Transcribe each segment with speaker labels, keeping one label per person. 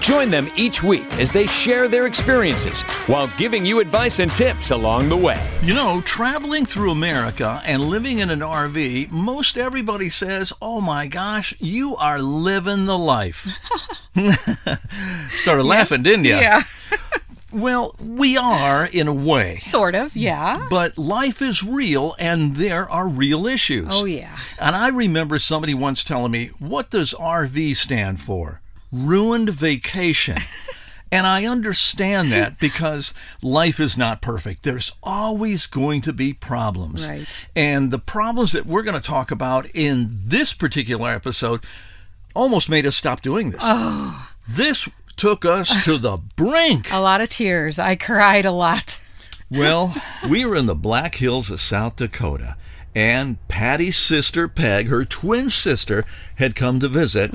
Speaker 1: Join them each week as they share their experiences while giving you advice and tips along the way.
Speaker 2: You know, traveling through America and living in an RV, most everybody says, Oh my gosh, you are living the life. Started laughing, didn't you?
Speaker 3: Yeah,
Speaker 2: Well, we are in a way.
Speaker 3: sort of. Yeah.
Speaker 2: But life is real and there are real issues.
Speaker 3: Oh, yeah.
Speaker 2: And I remember somebody once telling me, What does RV stand for? Ruined vacation. and I understand that because life is not perfect. There's always going to be problems.
Speaker 3: Right.
Speaker 2: And the problems that we're going to talk about in this particular episode almost made us stop doing this.
Speaker 3: Oh.
Speaker 2: This took us to the brink.
Speaker 3: A lot of tears. I cried a lot.
Speaker 2: Well, we were in the Black Hills of South Dakota, and Patty's sister Peg, her twin sister, had come to visit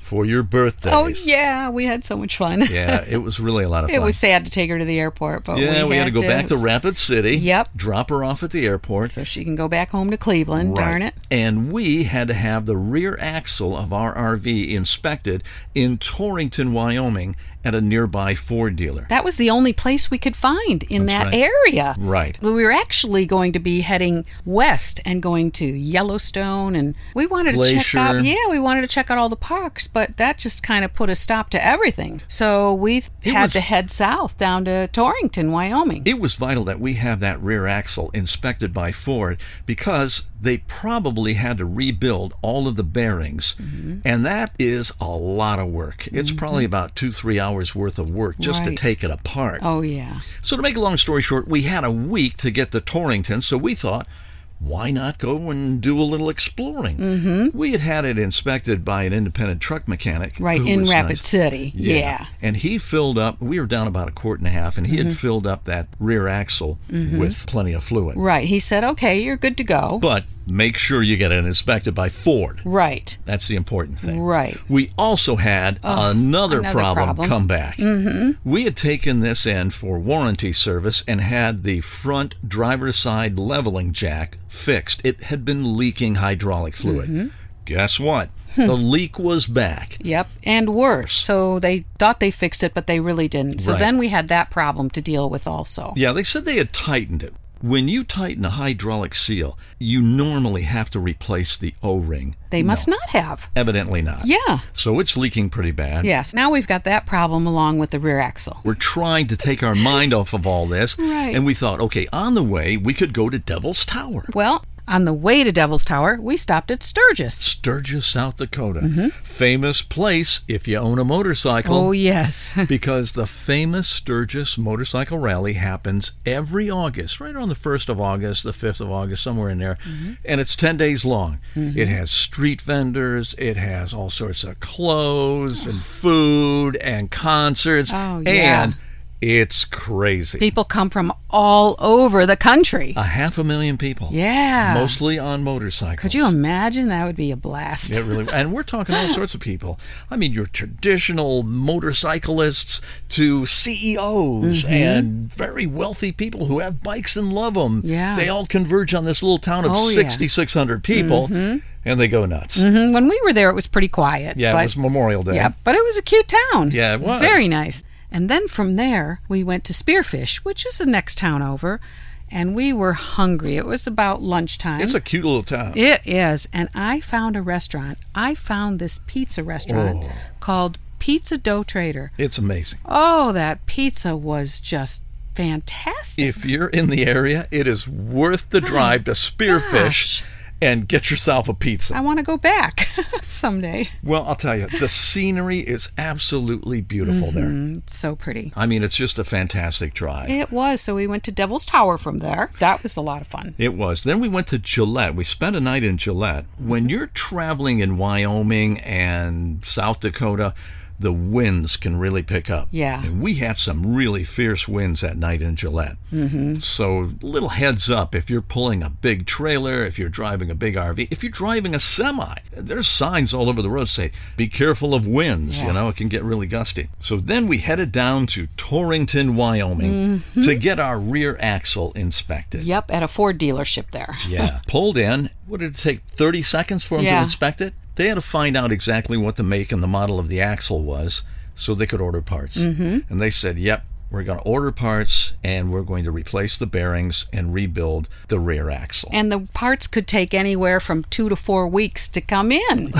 Speaker 2: for your birthday.
Speaker 3: Mm-hmm. Oh yeah, we had so much fun.
Speaker 2: Yeah, it was really a lot of
Speaker 3: It
Speaker 2: fun.
Speaker 3: was sad to take her to the airport, but
Speaker 2: yeah, we, had to go back to Rapid City.
Speaker 3: Yep.
Speaker 2: Drop her off at the airport.
Speaker 3: so she can go back home to Cleveland. Darn
Speaker 2: Right.
Speaker 3: it.
Speaker 2: And we had to have the rear axle of our RV inspected in Torrington, Wyoming, at a nearby Ford dealer.
Speaker 3: That was the only place we could find in
Speaker 2: That's
Speaker 3: that
Speaker 2: right.
Speaker 3: area.
Speaker 2: Right.
Speaker 3: Well, we were actually going to be heading west and going to Yellowstone, and we wanted to check
Speaker 2: Glacier.
Speaker 3: out. Yeah, we wanted to check out all the parks, but that just kind of put a stop to everything. So we
Speaker 2: It
Speaker 3: had
Speaker 2: was-
Speaker 3: to head south down to Torrington, Wyoming.
Speaker 2: It was vital that we have that rear axle inspected by Ford because they probably had to rebuild all of the bearings.
Speaker 3: Mm-hmm.
Speaker 2: And that is a lot of work. It's probably about two, three hours worth of work just to
Speaker 3: Right.
Speaker 2: take it apart.
Speaker 3: oh yeah.
Speaker 2: So, to make a long story short, we had a week to get to Torrington, so we thought, why not go and do a little exploring? Mm-hmm. We had had it inspected by an independent truck mechanic.
Speaker 3: Right
Speaker 2: who
Speaker 3: in
Speaker 2: was
Speaker 3: Rapid
Speaker 2: nice.
Speaker 3: City. Yeah. Mm-hmm.
Speaker 2: And he filled up, we were down about a quart and a half, and he had filled up that rear axle with plenty of fluid.
Speaker 3: Right. He said, "Okay, you're good to go."
Speaker 2: But make sure you get it inspected by Ford.
Speaker 3: right.
Speaker 2: That's the important thing.
Speaker 3: Right.
Speaker 2: We also had another,
Speaker 3: another
Speaker 2: problem,
Speaker 3: problem.
Speaker 2: come back. Mm-hmm. We had taken this in for warranty service and had the front driver's side leveling jack fixed. It had been leaking hydraulic fluid.
Speaker 3: Mm-hmm.
Speaker 2: Guess what? the leak was back.
Speaker 3: Yep. And worse. So they thought they fixed it, but they really didn't. So
Speaker 2: Right.
Speaker 3: then we had that problem to deal with also.
Speaker 2: Yeah, they said they had tightened it. When you tighten a hydraulic seal, you normally have to replace the O ring.
Speaker 3: They must not have.
Speaker 2: Evidently not.
Speaker 3: Yeah.
Speaker 2: So it's leaking pretty bad.
Speaker 3: Yes. Now we've got that problem along with the rear axle.
Speaker 2: We're trying to take our mind off of all this.
Speaker 3: Right.
Speaker 2: And we thought, okay, on the way, we could go to Devil's Tower.
Speaker 3: Well, on the way to Devil's Tower, we stopped at Sturgis.
Speaker 2: Sturgis, South Dakota. Famous place if you own a motorcycle.
Speaker 3: Mm-hmm. Oh, yes.
Speaker 2: because the famous Sturgis Motorcycle Rally happens every August, right around the 1st of August, the 5th of August, somewhere in there.
Speaker 3: Mm-hmm.
Speaker 2: And it's 10 days long. It has street vendors, it has all sorts of clothes and food and concerts.
Speaker 3: Oh, yeah.
Speaker 2: And it's crazy.
Speaker 3: People come from all over the country.
Speaker 2: a half a million people.
Speaker 3: Yeah.
Speaker 2: Mostly on motorcycles.
Speaker 3: Could you imagine? That would be a blast.
Speaker 2: It really, and we're talking all sorts of people. I mean, your traditional motorcyclists to CEOs
Speaker 3: Mm-hmm.
Speaker 2: and very wealthy people who have bikes and love them.
Speaker 3: Yeah.
Speaker 2: they all converge on this little town of
Speaker 3: Oh, yeah. Mm-hmm.
Speaker 2: 6,600 people, and they go nuts.
Speaker 3: Mhm. When we were there, it was pretty quiet.
Speaker 2: Yeah,
Speaker 3: but-
Speaker 2: it was Memorial Day.
Speaker 3: Yeah, but it was a cute town.
Speaker 2: Yeah, it was.
Speaker 3: Very nice. And then from there, we went to Spearfish, which is the next town over, and we were hungry. It was about lunchtime.
Speaker 2: It's a cute little town.
Speaker 3: it is. And I found a restaurant. I found this pizza restaurant
Speaker 2: Oh.
Speaker 3: called Pizza Dough Trader.
Speaker 2: It's amazing.
Speaker 3: Oh, that pizza was just fantastic.
Speaker 2: If you're in the area, it is worth the drive to Spearfish.
Speaker 3: gosh.
Speaker 2: and get yourself a pizza.
Speaker 3: I want to go back someday.
Speaker 2: Well, I'll tell you, the scenery is absolutely beautiful there.
Speaker 3: It's so pretty.
Speaker 2: I mean, it's just a fantastic drive.
Speaker 3: It was. So we went to Devil's Tower from there. That was a lot of fun.
Speaker 2: It was. Then we went to Gillette. We spent a night in Gillette. When you're traveling in Wyoming and South Dakota, the winds can really pick up.
Speaker 3: Yeah.
Speaker 2: And we had some really fierce winds that night in Gillette. Mm-hmm. So, little heads up if you're pulling a big trailer, if you're driving a big RV, if you're driving a semi, there's signs all over the road say, be careful of winds. You know, it can get really gusty. So, then we headed down to Torrington, Wyoming to get our rear axle inspected.
Speaker 3: Yep, at a Ford dealership there.
Speaker 2: Yeah. Pulled in. What did it take? 30 seconds for them to
Speaker 3: Yeah.
Speaker 2: inspect it? They had to find out exactly what the make and the model of the axle was so they could order parts. Mm-hmm. And they said, yep, we're going to order parts and we're going to replace the bearings and rebuild the rear axle.
Speaker 3: And the parts could take anywhere from two to four weeks to come in.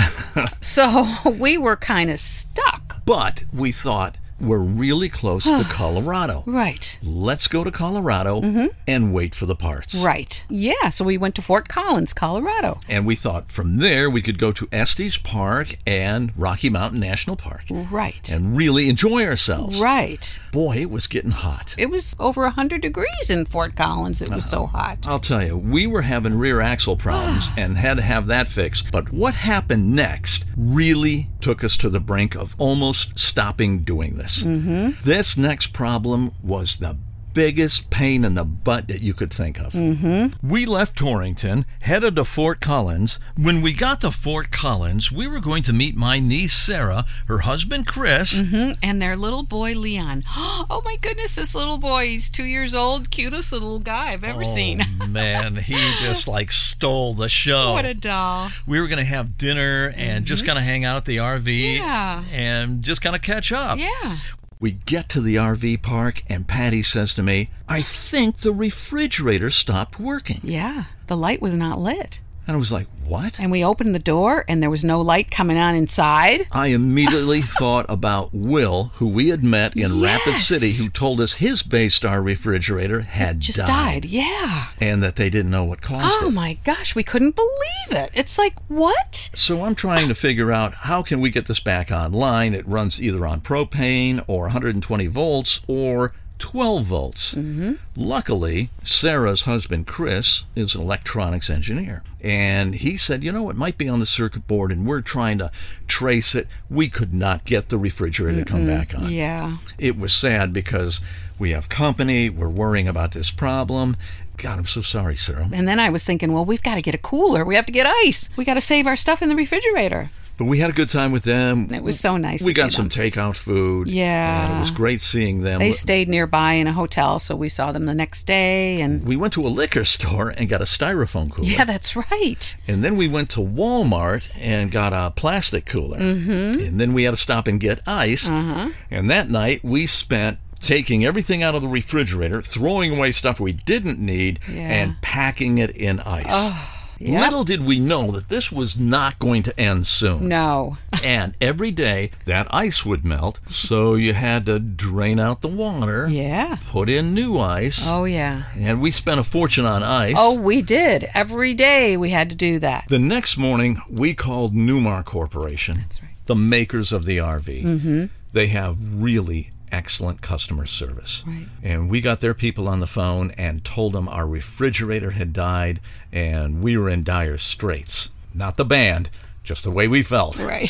Speaker 3: so we were kind of stuck.
Speaker 2: but we thought, we're really close to Colorado.
Speaker 3: Right. Mm-hmm.
Speaker 2: Let's go to Colorado and wait for the parts.
Speaker 3: Right. Yeah. So we went to Fort Collins, Colorado.
Speaker 2: And we thought from there we could go to Estes Park and Rocky Mountain National Park
Speaker 3: Right.
Speaker 2: and really enjoy ourselves.
Speaker 3: right.
Speaker 2: Boy, it was getting hot.
Speaker 3: It was over 100 degrees in Fort Collins. It was so hot.
Speaker 2: I'll tell you, we were having rear axle problems and had to have that fixed. But what happened next really took us to the brink of almost stopping doing this. Mm-hmm. This next problem was the biggest pain in the butt that you could think of.
Speaker 3: Mm-hmm.
Speaker 2: We left Torrington, headed to Fort Collins. When we got to Fort Collins, we were going to meet my niece Sarah, her husband Chris,
Speaker 3: And their little boy, Leon. Oh my goodness, this little boy. He's two years old. Cutest little guy I've ever seen.
Speaker 2: Oh, man, he just like stole the show.
Speaker 3: What a doll.
Speaker 2: we were going to have dinner and just kind of hang out at the RV
Speaker 3: Mm-hmm. Yeah.
Speaker 2: and just kind of catch up.
Speaker 3: Yeah.
Speaker 2: We get to the RV park and Patty says to me, "I think the refrigerator stopped working."
Speaker 3: Yeah. The light was not lit.
Speaker 2: And I was like, "What?"
Speaker 3: And we opened the door, and there was no light coming on inside.
Speaker 2: I immediately thought about Will, who we had met in Rapid
Speaker 3: Yes.
Speaker 2: City, who told us his Bay Star refrigerator had
Speaker 3: Just
Speaker 2: died,
Speaker 3: died. Yeah.
Speaker 2: and that they didn't know what caused
Speaker 3: Oh
Speaker 2: it.
Speaker 3: my gosh, we couldn't believe it. It's like, what?
Speaker 2: So I'm trying to figure out how can we get this back online? It runs either on propane or 120 volts or 12 volts. Mm-hmm. Luckily, Sarah's husband Chris is an electronics engineer, and he said, "You know, it might be on the circuit board, and we're trying to trace it. We could not get the refrigerator to come back on."
Speaker 3: Yeah.
Speaker 2: It was sad because we have company. We're worrying about this problem. God, I'm so sorry, Sarah.
Speaker 3: And then I was thinking, well, we've got to get a cooler. We have to get ice. We got to save our stuff in the refrigerator.
Speaker 2: But we had a good time with them.
Speaker 3: It was so nice.
Speaker 2: we
Speaker 3: to
Speaker 2: got
Speaker 3: see
Speaker 2: some
Speaker 3: them.
Speaker 2: takeout food.
Speaker 3: Yeah.
Speaker 2: Uh, it was great seeing them.
Speaker 3: Ah. They stayed nearby in a hotel, so we saw them the next day. And
Speaker 2: we went to a liquor store and got a styrofoam cooler.
Speaker 3: yeah, that's right.
Speaker 2: And then we went to Walmart and got a plastic cooler. Mm-hmm. And then we had to stop and get ice. Uh-huh. And that night we spent taking everything out of the refrigerator, throwing away stuff we didn't need,
Speaker 3: Yeah. Oh,
Speaker 2: and packing it in ice.
Speaker 3: yep.
Speaker 2: Little did we know that this was not going to end soon.
Speaker 3: No.
Speaker 2: And every day that ice would melt, so you had to drain out the water.
Speaker 3: Yeah.
Speaker 2: put in new ice,
Speaker 3: Oh, yeah.
Speaker 2: and we spent a fortune on ice.
Speaker 3: Oh, we did. Every day we had to do that.
Speaker 2: The next morning, we called Newmar Corporation, That's right. the makers of the RV. Mm-hmm. They have really excellent customer service. Right. And we got their people on the phone and told them our refrigerator had died and we were in dire straits. Not the band, just the way we felt.
Speaker 3: Right.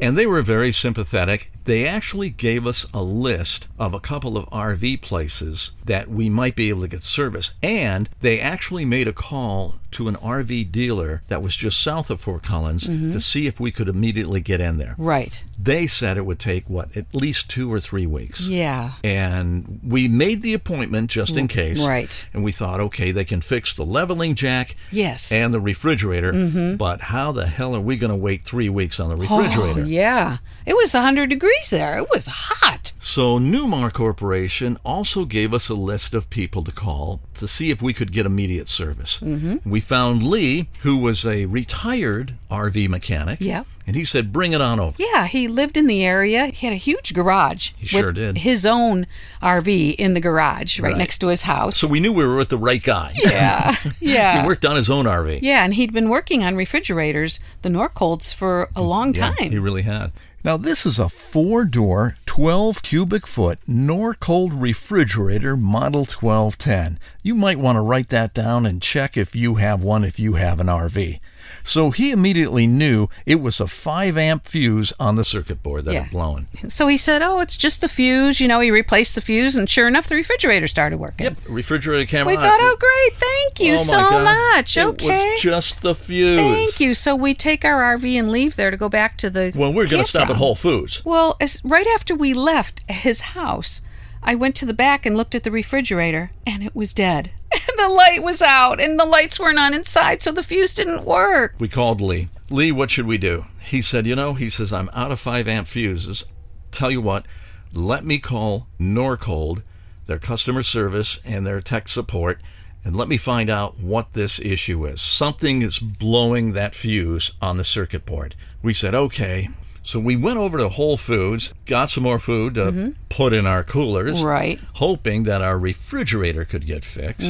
Speaker 2: And they were very sympathetic. They actually gave us a list of a couple of RV places that we might be able to get service. And they actually made a call to an RV dealer that was just south of Fort Collins to see if we could immediately get in there.
Speaker 3: Mm-hmm. right.
Speaker 2: They said it would take, what, at least two or three weeks.
Speaker 3: Yeah. Mm,
Speaker 2: And we made the appointment just in case.
Speaker 3: right.
Speaker 2: And we thought, okay, they can fix the leveling jack
Speaker 3: Yes. Mm-hmm.
Speaker 2: and the refrigerator, but how the hell are we going to wait three weeks on the refrigerator?
Speaker 3: Oh, yeah. It was 100 degrees there. It was hot.
Speaker 2: So, Newmar Corporation also gave us a list of people to call to see if we could get immediate service. Mm-hmm. We found Lee, who was a retired RV mechanic.
Speaker 3: Yep.
Speaker 2: And he said, bring it on over.
Speaker 3: Yeah, he lived in the area. He had a huge garage. He
Speaker 2: sure did.
Speaker 3: His own RV in the garage right,
Speaker 2: Right.
Speaker 3: next to his house.
Speaker 2: So, we knew we were with the right guy.
Speaker 3: yeah. Yeah.
Speaker 2: he worked on his own RV.
Speaker 3: Yeah, and he'd been working on refrigerators, the Norcolds, for a long time.
Speaker 2: He really had.
Speaker 4: Now, this is a four door, 12 cubic foot Norcold refrigerator model 1210. You might want to write that down and check if you have one if you have an RV. So he immediately knew it was a 5 amp fuse on the circuit.
Speaker 2: Circuit board that
Speaker 3: Yeah.
Speaker 2: had blown.
Speaker 3: So he said, "Oh, it's just the fuse." You know, he replaced the fuse, and sure enough, the refrigerator started working.
Speaker 2: Yep. Refrigerator camera.
Speaker 3: We
Speaker 2: on.
Speaker 3: thought, "Oh, great! Thank you
Speaker 2: Oh, my
Speaker 3: so
Speaker 2: God.
Speaker 3: much."
Speaker 2: It
Speaker 3: okay.
Speaker 2: was just the fuse.
Speaker 3: Thank you. So we take our RV and leave there to go back to the.
Speaker 2: Well, we're going to stop at
Speaker 3: campground.
Speaker 2: Whole Foods.
Speaker 3: Well, as, right after we left his house, I went to the back and looked at the refrigerator, and it was dead. And the light was out, and the lights weren't on inside, so the fuse didn't work.
Speaker 2: We called Lee. Lee, what should we do? He said, You know, he says, I'm out of 5 amp fuses. Tell you what, let me call Norcold, their customer service and their tech support, and let me find out what this issue is. Something is blowing that fuse on the circuit board. We said, Okay. So we went over to Whole Foods, got some more food to put in our coolers,
Speaker 3: Right.
Speaker 2: hoping that our refrigerator could get fixed.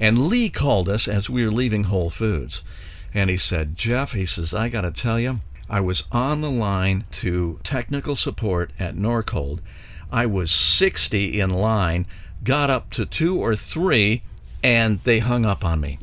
Speaker 2: And Lee called us as we were leaving Whole Foods. And he said, Jeff, he says, I got to tell you, I was on the line to technical support at Norcold. I was 60 in line, got up to two or three, and they hung up on me.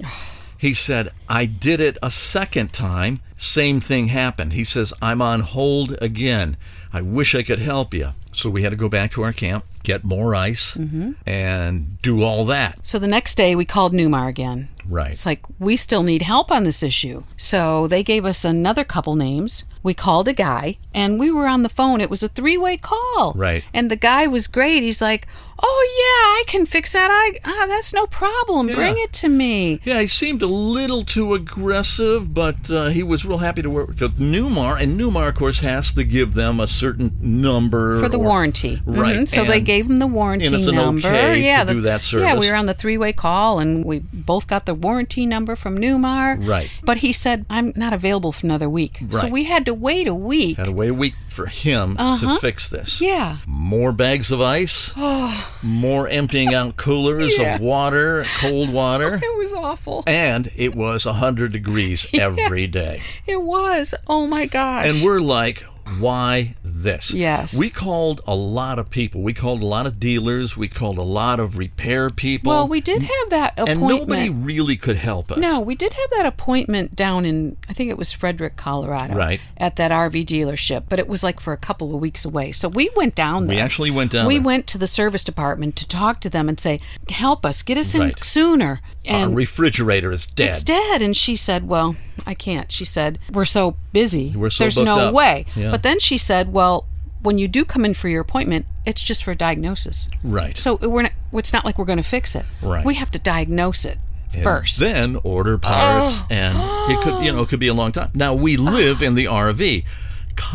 Speaker 2: He said, I did it a second time. Same thing happened. He says, I'm on hold again. I wish I could help you. So we had to go back to our camp, get more ice,
Speaker 3: Mm-hmm.
Speaker 2: and do all that.
Speaker 3: So the next day, we called Newmar again.
Speaker 2: Right.
Speaker 3: It's like, we still need help on this issue. So they gave us another couple names. We called a guy and we were on the phone. It was a three way call.
Speaker 2: Right.
Speaker 3: And the guy was great. He's like, Oh, yeah, I can fix that. I, ah, that's no problem. Bring it to me.
Speaker 2: Yeah, he seemed a little too aggressive, but uh, he was real happy to work with Newmar, and Newmar, of course, has to give them a certain number
Speaker 3: For the
Speaker 2: or-
Speaker 3: warranty.
Speaker 2: right?
Speaker 3: Mhm. So they
Speaker 2: and-
Speaker 3: gave him the warranty
Speaker 2: and it's an
Speaker 3: number.
Speaker 2: okay to
Speaker 3: yeah, the-
Speaker 2: do that
Speaker 3: Yeah,
Speaker 2: service.
Speaker 3: we were on the three way call and we both got the warranty number from Newmar.
Speaker 2: Right.
Speaker 3: But he said, I'm not available for another week. So
Speaker 2: Right.
Speaker 3: we had to wait a week.
Speaker 2: Had to wait a week for him to fix this.
Speaker 3: Uh-huh. yeah.
Speaker 2: More bags of ice, more emptying out coolers
Speaker 3: Yeah.
Speaker 2: of water, cold water,
Speaker 3: It was awful.
Speaker 2: and it was 100 degrees every day.
Speaker 3: It was. Oh my gosh.
Speaker 2: And we're like, why this?
Speaker 3: Yes.
Speaker 2: We called a lot of people. We called a lot of dealers. We called a lot of repair people.
Speaker 3: well, we did have that
Speaker 2: and
Speaker 3: appointment.
Speaker 2: nobody really could help us.
Speaker 3: no, we did have that appointment down in I think it was Frederick, Colorado,
Speaker 2: Right.
Speaker 3: At that RV dealership, but it was like for a couple of weeks away. So we went down
Speaker 2: We
Speaker 3: there.
Speaker 2: actually went down
Speaker 3: We
Speaker 2: there.
Speaker 3: went to the service department to talk to them and say, "Help us, get us in
Speaker 2: Right.
Speaker 3: sooner."
Speaker 2: Our
Speaker 3: And
Speaker 2: Uh, refrigerator is dead.
Speaker 3: it's dead. And she said, Well, I can't. She said, We're so busy.
Speaker 2: We're so
Speaker 3: There's
Speaker 2: booked
Speaker 3: no
Speaker 2: up."
Speaker 3: way.
Speaker 2: Yeah.
Speaker 3: But then she said, Well, when you do come in for your appointment, it's just for a diagnosis.
Speaker 2: Right.
Speaker 3: So we're not, it's not like we're going to fix it.
Speaker 2: Right.
Speaker 3: We have to diagnose it first. Oh.
Speaker 2: Then order parts, and it could, you know, it could be a long time. Now
Speaker 3: Ah.
Speaker 2: we live in the RV.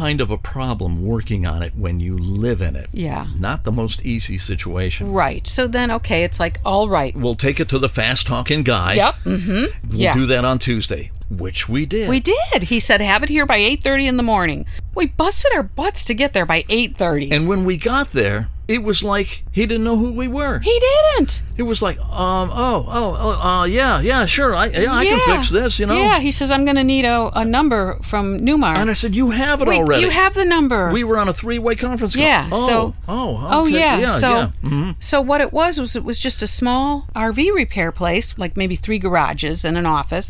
Speaker 2: Kind of a problem working on it when you live in it.
Speaker 3: Yeah.
Speaker 2: Not the most easy situation.
Speaker 3: right. So then, okay, it's like, All right.
Speaker 2: We'll take it to the fast talking guy.
Speaker 3: Yep. Mm-hmm.
Speaker 2: We'll
Speaker 3: yeah.
Speaker 2: do that on Tuesday, which we did.
Speaker 3: We did. He said, "Have it here by 8:30 in the morning." We busted our butts to get there by 8:30.
Speaker 2: And when we got there, it was like he didn't know who we were.
Speaker 3: he didn't.
Speaker 2: It was like, um, oh, oh, oh, uh, yeah, yeah, sure, I, yeah, I can
Speaker 3: Yeah.
Speaker 2: fix this, you know.
Speaker 3: Yeah, he says, "I'm going to need a, a number from Newmar."
Speaker 2: And I said, you have it
Speaker 3: Wait,
Speaker 2: already.
Speaker 3: you have the number.
Speaker 2: We were on a three-way conference call.
Speaker 3: Yeah.
Speaker 2: Oh,
Speaker 3: so.
Speaker 2: oh,
Speaker 3: Oh
Speaker 2: okay,
Speaker 3: yeah.
Speaker 2: yeah,
Speaker 3: so.
Speaker 2: yeah. Mm-hmm.
Speaker 3: So what it was was it was just a small RV repair place, like maybe three garages and an office,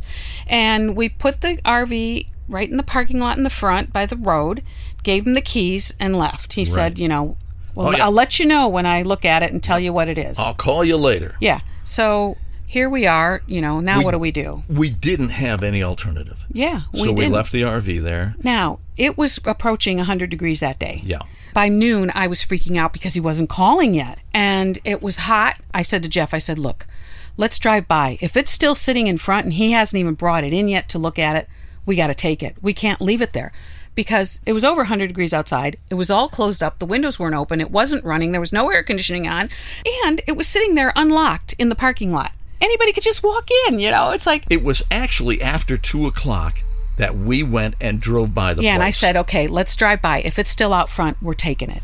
Speaker 3: and we put the RV right in the parking lot in the front by the road, gave him the keys and left. He said, you know, well,
Speaker 2: Oh, yeah. Oh.
Speaker 3: I'll let you know when I look at it and tell you what it is.
Speaker 2: I'll call you later.
Speaker 3: Yeah. So here we are. You know, now what do we do?
Speaker 2: We didn't have any alternative.
Speaker 3: Yeah. We
Speaker 2: so we
Speaker 3: didn't.
Speaker 2: left the RV there.
Speaker 3: Now, it was approaching 100 degrees that day.
Speaker 2: Yeah.
Speaker 3: By noon, I was freaking out because he wasn't calling yet. And it was hot. I said to Jeff, I said, look, let's drive by. If it's still sitting in front and he hasn't even brought it in yet to look at it, we got to take it. We can't leave it there. because it was over 100 degrees outside. It was all closed up. The windows weren't open. It wasn't running. There was no air conditioning on. And it was sitting there unlocked in the parking lot. Anybody could just walk in, you know? It's like,
Speaker 2: It was actually after two o'clock that we went and drove by the
Speaker 3: yeah.
Speaker 2: place.
Speaker 3: And I said, okay, let's drive by. If it's still out front, we're taking it.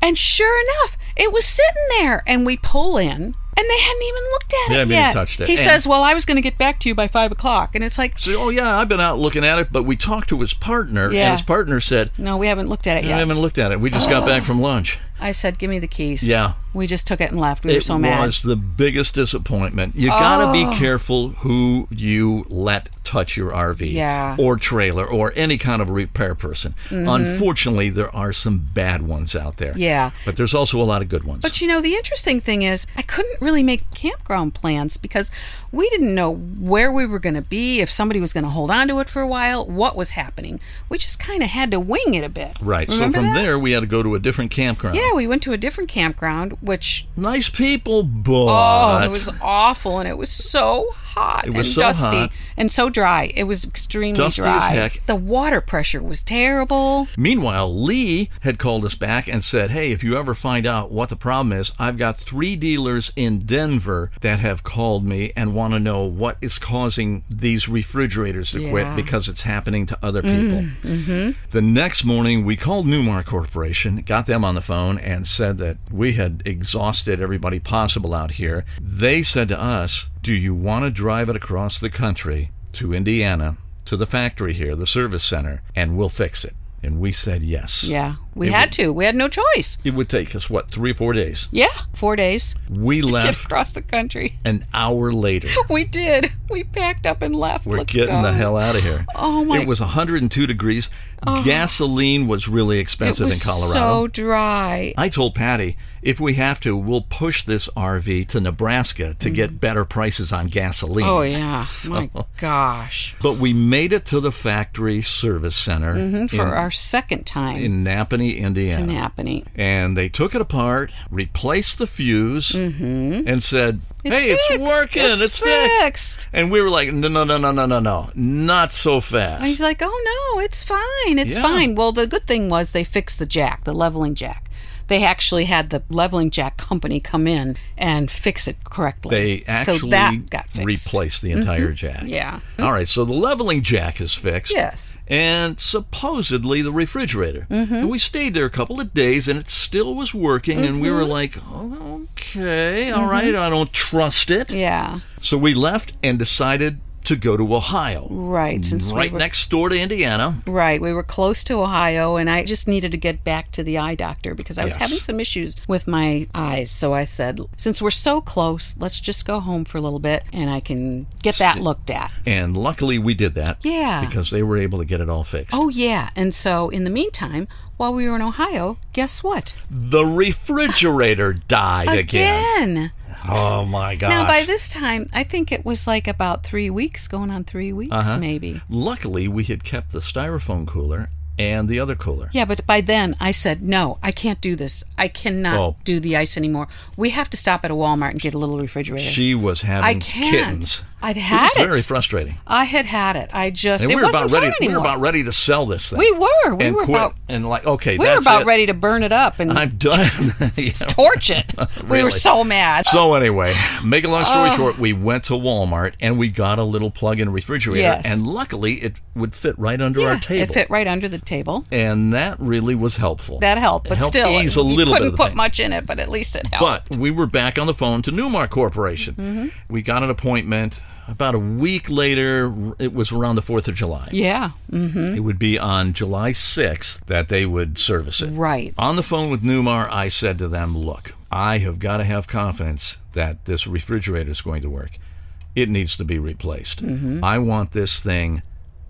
Speaker 3: And sure enough, it was sitting there. And we pull in. And they hadn't even looked at
Speaker 2: They
Speaker 3: it
Speaker 2: hadn't even
Speaker 3: yet.
Speaker 2: touched it.
Speaker 3: He
Speaker 2: And-
Speaker 3: says, "Well, I was going to get back to you by five o'clock," and it's like,
Speaker 2: So, oh yeah, I've been out looking at it, but we talked to his partner,
Speaker 3: Yeah.
Speaker 2: and his partner said,
Speaker 3: "No, we haven't looked at it
Speaker 2: "I
Speaker 3: yet."
Speaker 2: haven't looked at it. We just got back from lunch."
Speaker 3: I said, "Give me the keys."
Speaker 2: Yeah.
Speaker 3: We just took it and left. We were
Speaker 2: it
Speaker 3: so mad. Oh.
Speaker 2: was the biggest disappointment. You gotta be careful who you let touch your RV,
Speaker 3: Yeah. Mm-hmm.
Speaker 2: or trailer, or any kind of repair person. Unfortunately, there are some bad ones out there.
Speaker 3: Yeah.
Speaker 2: but there's also a lot of good ones.
Speaker 3: But you know, the interesting thing is, I couldn't really make campground plans because we didn't know where we were going to be, if somebody was going to hold on to it for a while, what was happening. We just kind of had to wing it a bit.
Speaker 2: right.
Speaker 3: Remember
Speaker 2: so from
Speaker 3: that?
Speaker 2: there, we had to go to a different campground.
Speaker 3: Yeah, we went to a different campground, which
Speaker 2: Nice people, but
Speaker 3: oh, it was awful, and it was so hot
Speaker 2: was
Speaker 3: and
Speaker 2: so
Speaker 3: dusty
Speaker 2: hot.
Speaker 3: and so dry. It was extremely
Speaker 2: Dusty as
Speaker 3: dry.
Speaker 2: heck.
Speaker 3: The water pressure was terrible.
Speaker 2: Meanwhile, Lee had called us back and said, Hey, if you ever find out what the problem is, I've got three dealers in Denver that have called me and want to know what is causing these refrigerators to
Speaker 3: Yeah.
Speaker 2: quit because it's happening to other people. The next morning, we called Newmar Corporation, got them on the phone, and said that we had exhausted everybody possible out here. They said to us, Do you want to drive it across the country to Indiana, to the factory here, the service center, and we'll fix it? And we said yes.
Speaker 3: Yeah, we
Speaker 2: It
Speaker 3: had
Speaker 2: would-
Speaker 3: to. We had no choice.
Speaker 2: It would take us, what, three or four days?
Speaker 3: Yeah, four days.
Speaker 2: We
Speaker 3: Get
Speaker 2: left
Speaker 3: across the country.
Speaker 2: an hour later.
Speaker 3: We did. We packed up and left.
Speaker 2: We're
Speaker 3: Let's
Speaker 2: getting
Speaker 3: go.
Speaker 2: the hell out of here.
Speaker 3: Oh, my- Oh.
Speaker 2: It was 102 degrees. Gasoline was really
Speaker 3: It
Speaker 2: expensive
Speaker 3: was
Speaker 2: in Colorado.
Speaker 3: so dry.
Speaker 2: I told Patty, if we have to, we'll push this RV to Nebraska to get better prices on gasoline.
Speaker 3: Mm-hmm. Oh yeah. My gosh.
Speaker 2: But we made it to the factory service center
Speaker 3: Mm-hmm, For our second time
Speaker 2: in Napanee, Indiana.
Speaker 3: in Napanee.
Speaker 2: and they took it apart, replaced the fuse, and said,
Speaker 3: Mm-hmm. It's
Speaker 2: "Hey, it's
Speaker 3: fixed.
Speaker 2: working. It's,
Speaker 3: It's
Speaker 2: fixed.
Speaker 3: fixed.
Speaker 2: And we were like, "No, no, no, no, no, no, no, not so fast."
Speaker 3: And he's like, "Oh no, it's fine. It's
Speaker 2: Yeah.
Speaker 3: fine." Well, the good thing was they fixed the jack, the leveling jack. They actually had the leveling jack company come in and fix it correctly.
Speaker 2: They actually
Speaker 3: so that got fixed. Mm-hmm.
Speaker 2: replaced the entire jack.
Speaker 3: Yeah.
Speaker 2: All right, so the leveling jack is fixed.
Speaker 3: Yes. Mm-hmm.
Speaker 2: And supposedly the refrigerator. And we stayed there a couple of days and it still was working. And we were
Speaker 3: Mm-hmm.
Speaker 2: like, oh, okay, all right, I don't trust it.
Speaker 3: Yeah.
Speaker 2: So we left and decided to go to Ohio.
Speaker 3: Right. Since we
Speaker 2: Right
Speaker 3: were
Speaker 2: next door to Indiana.
Speaker 3: Right. We were close to Ohio, and I just needed to get back to the eye doctor because I was
Speaker 2: Yes.
Speaker 3: having some issues with my eyes. So I said, since we're so close, let's just go home for a little bit and I can get that looked at.
Speaker 2: And luckily we did that.
Speaker 3: Yeah.
Speaker 2: Because they were able to get it all fixed.
Speaker 3: Oh, yeah. And so in the meantime, while we were in Ohio, guess what?
Speaker 2: The refrigerator died again.
Speaker 3: Again.
Speaker 2: Oh my gosh.
Speaker 3: Now, by this time, I think it was like about three weeks, going on three weeks,
Speaker 2: Uh-huh.
Speaker 3: maybe.
Speaker 2: Luckily, we had kept the styrofoam cooler and the other cooler.
Speaker 3: Yeah, but by then I said, no, I can't do this. I cannot
Speaker 2: Oh.
Speaker 3: do the ice anymore. We have to stop at a Walmart and get a little refrigerator.
Speaker 2: She was
Speaker 3: I
Speaker 2: having
Speaker 3: can't.
Speaker 2: kittens.
Speaker 3: I'd
Speaker 2: it
Speaker 3: had
Speaker 2: was
Speaker 3: it.
Speaker 2: very frustrating.
Speaker 3: I had had it. I just
Speaker 2: And
Speaker 3: it
Speaker 2: we were
Speaker 3: wasn't
Speaker 2: about ready.
Speaker 3: fun
Speaker 2: We
Speaker 3: anymore.
Speaker 2: were about ready to sell this thing.
Speaker 3: We were. We
Speaker 2: and
Speaker 3: were
Speaker 2: quit.
Speaker 3: about.
Speaker 2: and like, okay,
Speaker 3: we were
Speaker 2: that's
Speaker 3: about
Speaker 2: it.
Speaker 3: ready to burn it up and
Speaker 2: I'm done. Yeah.
Speaker 3: torch it. We
Speaker 2: Really.
Speaker 3: were so mad.
Speaker 2: So anyway, make a long story
Speaker 3: Ah.
Speaker 2: short, we went to Walmart and we got a little plug-in refrigerator,
Speaker 3: Yes.
Speaker 2: and luckily it would fit right under our table,
Speaker 3: It fit right under the table.
Speaker 2: and that really was helpful.
Speaker 3: That helped, but
Speaker 2: it helped
Speaker 3: still,
Speaker 2: ease
Speaker 3: it,
Speaker 2: a little
Speaker 3: you
Speaker 2: bit
Speaker 3: couldn't
Speaker 2: of the
Speaker 3: put
Speaker 2: pain.
Speaker 3: much in it, but at least it helped.
Speaker 2: But we were back on the phone to Newmark Corporation. We got an appointment. About a week later, it was around the 4th of July.
Speaker 3: yeah, Mm,
Speaker 2: It would be on July 6th that they would service it.
Speaker 3: right.
Speaker 2: On the phone with Newmar, I said to them, Look, I have got to have confidence that this refrigerator is going to work. It needs to be replaced.
Speaker 3: Mm-hmm.
Speaker 2: I want this thing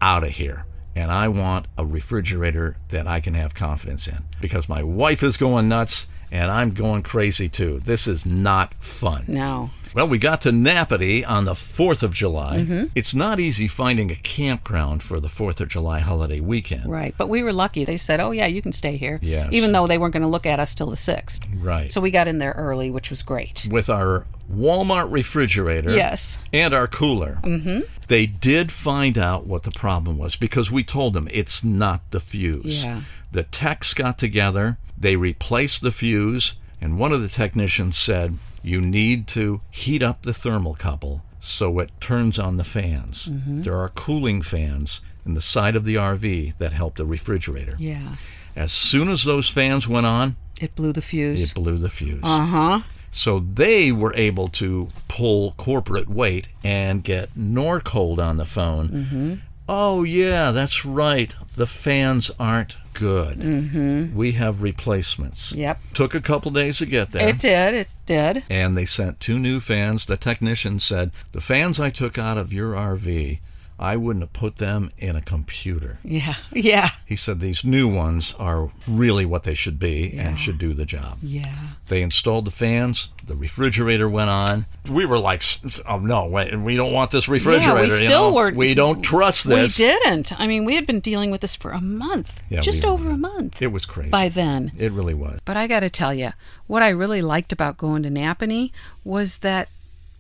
Speaker 2: out of here. And I want a refrigerator that I can have confidence in because my wife is going nuts and I'm going crazy too. This is not fun.
Speaker 3: No,
Speaker 2: Well, we got to Napatee on the 4th of July.
Speaker 3: Mm-hmm.
Speaker 2: It's not easy finding a campground for the 4th of July holiday weekend.
Speaker 3: Right. But we were lucky. They said, oh, yeah, you can stay here.
Speaker 2: Yes.
Speaker 3: Even though they weren't going to look at us till the 6th.
Speaker 2: Right.
Speaker 3: So we got in there early, which was great.
Speaker 2: With our Walmart refrigerator.
Speaker 3: Yes.
Speaker 2: And our cooler. Mm-hmm. They did find out what the problem was because we told them it's not the fuse.
Speaker 3: Yeah.
Speaker 2: The techs got together, they replaced the fuse, and one of the technicians said, You need to heat up the thermocouple so it turns on the fans.
Speaker 3: Mm-hmm.
Speaker 2: There are cooling fans in the side of the RV that help the refrigerator.
Speaker 3: Yeah.
Speaker 2: As soon as those fans went on,
Speaker 3: It blew the fuse.
Speaker 2: it blew the fuse. Uh huh. So they were able to pull corporate weight and get Norcold on the phone. Mm-hmm. Oh, yeah, that's right. The fans aren't good. Mm-hmm. We have replacements.
Speaker 3: Yep.
Speaker 2: Took a couple days to get there.
Speaker 3: It did. It did.
Speaker 2: and they sent two new fans. The technician said, The fans I took out of your RV, I wouldn't have put them in a computer.
Speaker 3: Yeah. Yeah.
Speaker 2: He said, These new ones are really what they should be and should do the job.
Speaker 3: Yeah.
Speaker 2: They installed the fans. The refrigerator went on. We were like, "Oh no, wait, we don't want this refrigerator."
Speaker 3: Yeah, we
Speaker 2: you
Speaker 3: still
Speaker 2: know?
Speaker 3: were.
Speaker 2: We don't trust this.
Speaker 3: We didn't. I mean, we had been dealing with this for a month.
Speaker 2: Yeah,
Speaker 3: just
Speaker 2: we-
Speaker 3: over a month.
Speaker 2: It was crazy.
Speaker 3: by then.
Speaker 2: It really was.
Speaker 3: But I got to tell you, what I really liked about going to Napanee was that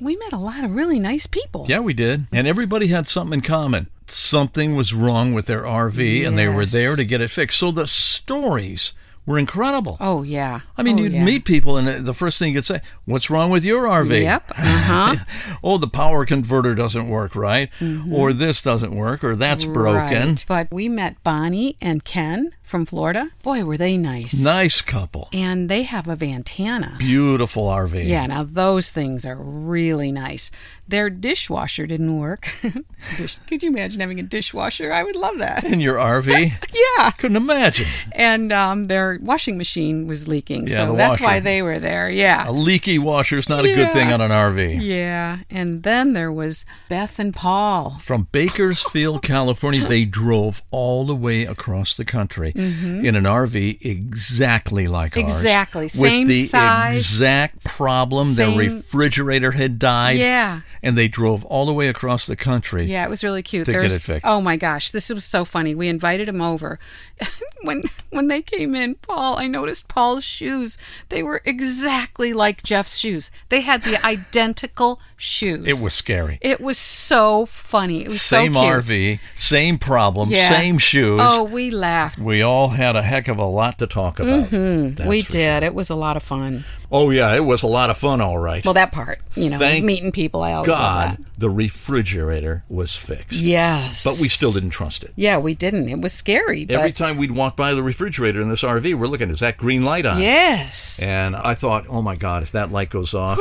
Speaker 3: we met a lot of really nice people.
Speaker 4: Yeah, we did. And everybody had something in common. Something was wrong with their RV and they were
Speaker 3: Yes.
Speaker 4: there to get it fixed. So the stories were incredible.
Speaker 3: Oh yeah.
Speaker 4: I mean,
Speaker 3: Oh,
Speaker 4: you'd
Speaker 3: yeah.
Speaker 4: meet people and the first thing you'd say, What's wrong with your RV?
Speaker 3: Yep. Uh huh.
Speaker 4: Oh, the power converter doesn't work right, or this doesn't work, or that's broken.
Speaker 3: Mm-hmm. Right. But we met Bonnie and Ken from Florida. Boy, were they nice.
Speaker 4: Nice couple.
Speaker 3: And they have a Vantana.
Speaker 4: Beautiful RV.
Speaker 3: Yeah, now those things are really nice. Their dishwasher didn't work. Dish- Could you imagine having a dishwasher? I would love that.
Speaker 4: In your RV?
Speaker 3: Yeah.
Speaker 4: Couldn't imagine.
Speaker 3: And um, their washing machine was leaking.
Speaker 4: Yeah,
Speaker 3: so
Speaker 4: the
Speaker 3: that's why
Speaker 4: washer.
Speaker 3: they were there. Yeah.
Speaker 4: A leaky washer's not a good thing
Speaker 3: Yeah.
Speaker 4: on an RV.
Speaker 3: Yeah. And then there was Beth and Paul.
Speaker 4: From Bakersfield, California, they drove all the way across the country in an RV exactly like
Speaker 3: Mm-hmm. Exactly.
Speaker 4: ours.
Speaker 3: Same
Speaker 4: With the
Speaker 3: size.
Speaker 4: exact problem.
Speaker 3: Same-
Speaker 4: Their refrigerator had died.
Speaker 3: Yeah.
Speaker 4: And they drove all the way across the country.
Speaker 3: Yeah, it was really cute.
Speaker 4: to get
Speaker 3: There's-
Speaker 4: it fixed.
Speaker 3: Oh my gosh, this was so funny. We invited him over. when when they came in, Paul, I noticed Paul's shoes. They were exactly like Jeff's shoes. They had the identical shoes.
Speaker 4: It was scary.
Speaker 3: It was so funny. It was
Speaker 4: same
Speaker 3: so cute.
Speaker 4: RV, same problem,
Speaker 3: Yeah.
Speaker 4: same shoes.
Speaker 3: Oh, we laughed.
Speaker 4: We all had a heck of a lot to talk about.
Speaker 3: Mm-hmm.
Speaker 4: That's
Speaker 3: we
Speaker 4: for
Speaker 3: did. It was a lot of fun.
Speaker 2: Oh yeah, it was a lot of fun. All right.
Speaker 3: Well, that part, you know,
Speaker 2: Thank
Speaker 3: meeting people. I always love
Speaker 2: God,
Speaker 3: that.
Speaker 2: the refrigerator was fixed.
Speaker 3: Yes.
Speaker 2: But we still didn't trust it.
Speaker 3: Yeah, we didn't. It was scary. But
Speaker 2: Every time we'd walk by the refrigerator in this RV, we're looking, is that green light on?
Speaker 3: Yes.
Speaker 2: And I thought, oh my God, if that light goes off,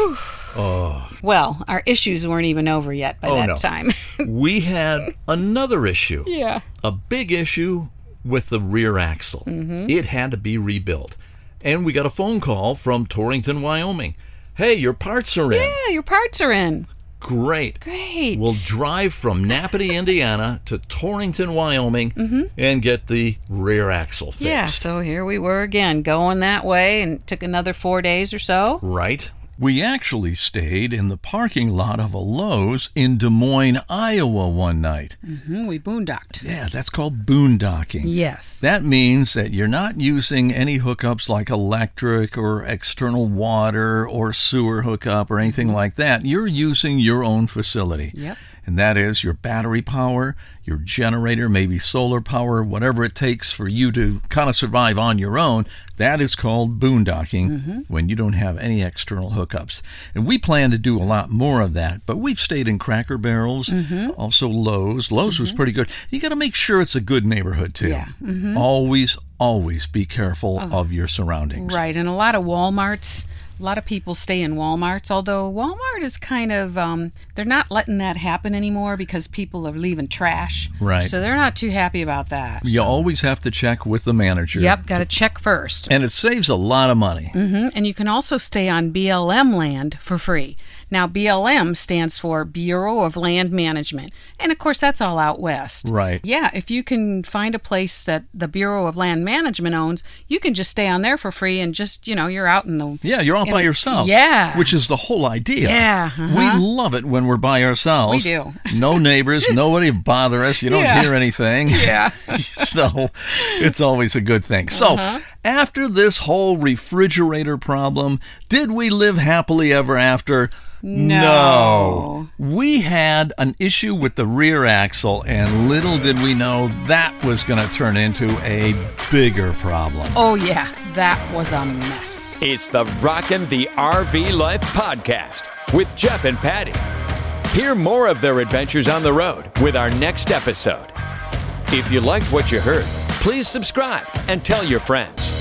Speaker 3: Well, our issues weren't even over yet by
Speaker 2: Oh,
Speaker 3: that
Speaker 2: no.
Speaker 3: time.
Speaker 2: we had another issue.
Speaker 3: yeah.
Speaker 2: A big issue with the rear axle.
Speaker 3: Mm-hmm.
Speaker 2: It had to be rebuilt. And we got a phone call from Torrington, Wyoming. Hey, your parts are in.
Speaker 3: Yeah, your parts are in.
Speaker 2: Great.
Speaker 3: Great.
Speaker 2: We'll drive from Napatee, Indiana to Torrington, Wyoming and get the rear axle fixed.
Speaker 3: Mm-hmm. yeah, so here we were again, going that way, and it took another four days or so.
Speaker 2: Right?
Speaker 4: We actually stayed in the parking lot of a Lowe's in Des Moines, Iowa one night.
Speaker 3: hmm we boondocked.
Speaker 4: Yeah, that's called boondocking.
Speaker 3: Yes.
Speaker 4: That means that you're not using any hookups like electric or external water or sewer hookup or anything like that. You're using your own facility.
Speaker 3: Yep.
Speaker 4: And that is your battery power, your generator, maybe solar power, whatever it takes for you to kind of survive on your own. That is called boondocking
Speaker 3: Mm-hmm.
Speaker 4: when you don't have any external hookups. And we plan to do a lot more of that, but we've stayed in Cracker Barrels,
Speaker 3: Mm-hmm.
Speaker 4: also Lowe's. Lowe's was pretty good. You got to make sure it's a good neighborhood, too.
Speaker 3: Yeah. Mm-hmm. Oh.
Speaker 4: Always, always be careful of your surroundings.
Speaker 3: Right, and a lot of Walmarts. A lot of people stay in Walmarts, although Walmart is kind of, um, they're not letting that happen anymore because people are leaving trash.
Speaker 4: Right.
Speaker 3: So they're not too happy about that.
Speaker 4: You always have to check with the manager.
Speaker 3: Yep, Mm-hmm. got to check first.
Speaker 4: And it saves a lot of money.
Speaker 3: hmm And you can also stay on BLM land for free. Now, BLM stands for Bureau of Land Management. And of course, that's all out west.
Speaker 2: Right.
Speaker 3: Yeah, if you can find a place that the Bureau of Land Management owns, you can just stay on there for free and just, you know, you're out in the.
Speaker 2: Yeah, you're all by yourself.
Speaker 3: Yeah.
Speaker 2: Which is the whole idea.
Speaker 3: Yeah, uh-huh.
Speaker 2: We love it when we're by ourselves.
Speaker 3: We do.
Speaker 2: no neighbors, nobody bother us. You don't
Speaker 3: Yeah.
Speaker 2: hear anything. Yeah. so it's always a good thing. So
Speaker 3: Uh-huh.
Speaker 2: after this whole refrigerator problem, did we live happily ever after?
Speaker 3: No.
Speaker 2: No. We had an issue with the rear axle, and little did we know that was going to turn into a bigger problem.
Speaker 3: Oh, yeah, that was a mess.
Speaker 1: It's the Rockin' the RV Life podcast with Jeff and Patty. Hear more of their adventures on the road with our next episode. If you liked what you heard, please subscribe and tell your friends.